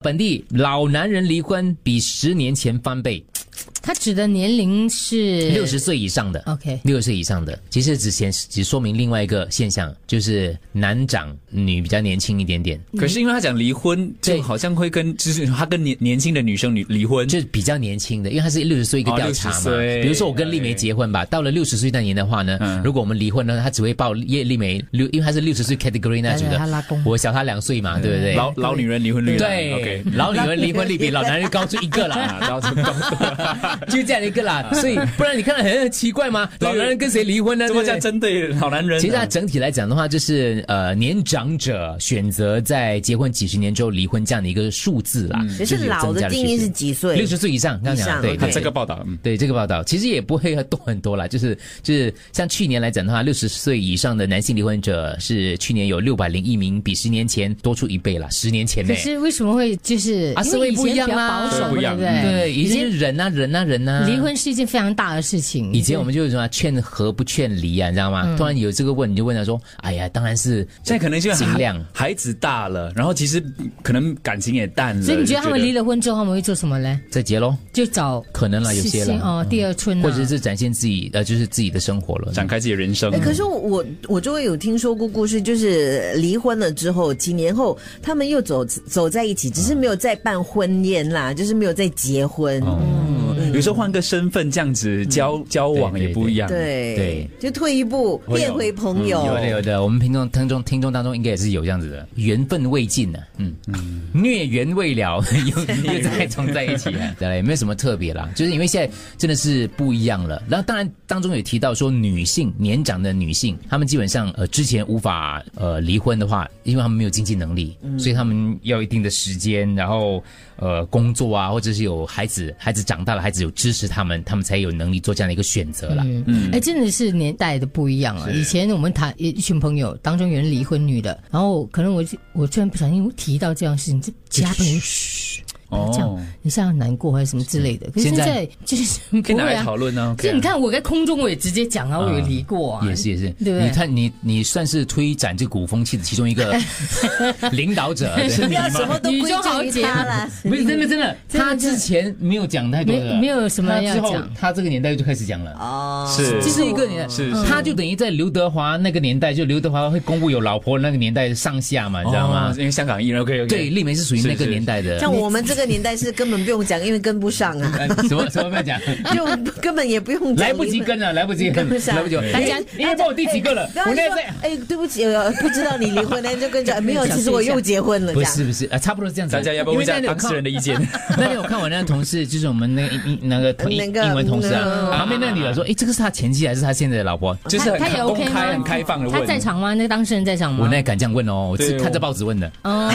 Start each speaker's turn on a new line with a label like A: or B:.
A: 本地老男人离婚比十年前翻倍，
B: 他指的年龄是
A: 六十岁以上的
B: OK
A: 六十岁以上的，其实只显只说明另外一个现象，就是男长女比较年轻一点点，
C: 可是因为他讲离婚，
A: 嗯对
C: 就好像会跟就是他跟年年轻的女生离离婚，
A: 就是比较年轻的，因为他是六十岁一个
C: 哦
A: 调查
C: 60
A: 嘛。
C: 岁
A: 比如说我跟丽梅结婚吧，到了六十岁那年的话呢，
C: 嗯
A: 如果我们离婚呢，他只会报叶丽梅六，因为他是六十岁 category 那组
B: 哎
A: 的
B: 呀她拉弓，
A: 我小他两岁嘛，对不对？
C: 老老女人离婚率啦
A: 对
C: OK，，
A: 老女人离婚率比老男人高出一个啦。
C: 啊，然后就搞
A: 就这样一个啦，所以不然你看得很很奇怪吗？
C: 对
A: 老男人跟谁离婚呢？
C: 怎么
A: 对
C: 讲
A: 不对
C: 针对老男人呢？啊
A: 其实它啊整体来讲的话，就是呃，年长者选择在结婚几十年之后离婚这样的一个数字啦。
D: 可是嗯老的定义是几岁？
A: 六十岁以上，刚刚
D: 以
A: 讲
D: 上
A: 对，对
C: 他
D: ，OK
C: 这个报道，嗯，
A: 对这个报道，其实也不会多很多啦，就是就是像去年来讲的话，六十岁以上的男性离婚者是去年有六百零一名，比十年前多出一倍啦，十年前呢、
B: 可是为什么会就是
A: 啊
B: 因为以前
A: 思维不一样
B: 比较
A: 啊
B: 保守，
C: 思维不一
B: 对
C: 样
B: 不
C: 嗯
B: 对？
A: 对，以前人呐、人呐、人呐、
B: 离。婚是一件非常大的事情。
A: 以前我们就是什么劝和不劝离啊，你知道吗？突然有这个问，你就问他说：“哎呀，当然是
C: 现在可能就
A: 尽量
C: 孩子大了，然后其实可能感情也淡了，
B: 所以你觉得他们
C: 就
B: 离了婚之后，他们会做什么嘞？
A: 再结喽，
B: 就找
A: 可能啦，有
B: 新
A: 些啦，
B: 哦，第二春啊，
A: 或者是展现自己呃，就是自己的生活了。
C: 展开自己的人生
A: 嗯
D: 哎，？可是我我周围有听说过故事，就是离婚了之后，几年后他们又走走在一起，只是没有再办婚宴啦，就是没有再结婚。
A: 哦
C: 嗯有时候换个身份这样子交交
A: 嗯
C: 往
A: 对对
C: 也不一样，
D: 对
A: 对，嗯
D: 就退一步
C: 会有
D: 变回朋友。
A: 有的有的，我们听众听众听众当中应该也是有这样子的，缘分未尽呢、嗯嗯，孽缘未了，又又再重在一起、啊，对，也没有什么特别啦，就是因为现在真的是不一样了。然后当然当中有提到说，女性年长的女性，她们基本上呃之前无法呃离婚的话，因为她们没有经济能力，所以她们要一定的时间，然后呃工作啊，或者是有孩子，孩子长大了，孩子有支持他们，他们才有能力做这样的一个选择啦。
B: 嗯，哎，真的是年代的不一样啊。以前我们谈一群朋友当中有人离婚女的，然后可能我就我突然不小心提到这样的事情，这其他朋友嘘，不要这样
C: 哦，嗯
B: 你现在难过还是什么之类的。可是
A: 现
B: 现
A: 在
B: 在就是
C: 可以
B: 不
C: 拿
B: 会
C: 来
B: 啊
C: 讨。论呢。
B: 所以你看，我在空中我也直接讲啊，我有离过啊，
C: 嗯
A: 也是也是，
B: 对不对
A: 你看你你算是推展这股风气的其中一 个领导者，是
D: 不要什么都
B: 女
D: 归
B: 中豪
D: 咎于
B: 杰
D: 他啦。
A: 不是真的真的？
B: 的
A: 他
B: 真的
A: 之前没有讲太多的，
B: 没没有什么
A: 他之
B: 要
A: 后
B: 讲
A: 他这个年代就开始讲了。
D: 哦，
C: 是
A: 这是一个年，
C: 是
A: 他就等于在刘德华那个年代，就刘德华会公布有老婆的那个年代上下嘛，你知道吗
C: 哦？因为香港艺人 OK，
A: 对，丽梅是属于那个年代的。
D: 像我们这个年代是根本不用讲，因为跟不上啊，
A: 呃什么什么没 有讲，
D: 就根本也不用讲
A: 来不及跟了，来不及
D: 跟不上
A: 来不及。
D: 大
B: 啊家
A: 你你也报我第几个了？
D: 然
A: 我
D: 后就
A: 那
D: 说
A: 在，
D: 哎，对不起，呃不知道你离婚了，就 跟着哎没有，其实我又结婚了，这
A: 不
D: 样
A: 是。不是啊，差不多是这样子。
C: 大家要不要问一下
A: 因为那
C: 当
A: 里有看
C: 事人的 意见？
A: 那天我看我那个同事，就是我们那 个英那个同英
D: 那个嗯
A: 英文同事
D: 那
A: 啊，
D: 个
A: 旁边那个女的说：“诶，这个是他前妻还是他现啊在的老婆
C: 就是很
B: 他也 OK
C: 公
B: 吗
C: 开、很开放的问。
B: 他在
D: 嗯
B: 场吗？那个当事人在场？”吗？
A: 我那也敢这样问哦，我是
C: 对
A: 看着
C: 我
A: 报纸问的。
B: 哦。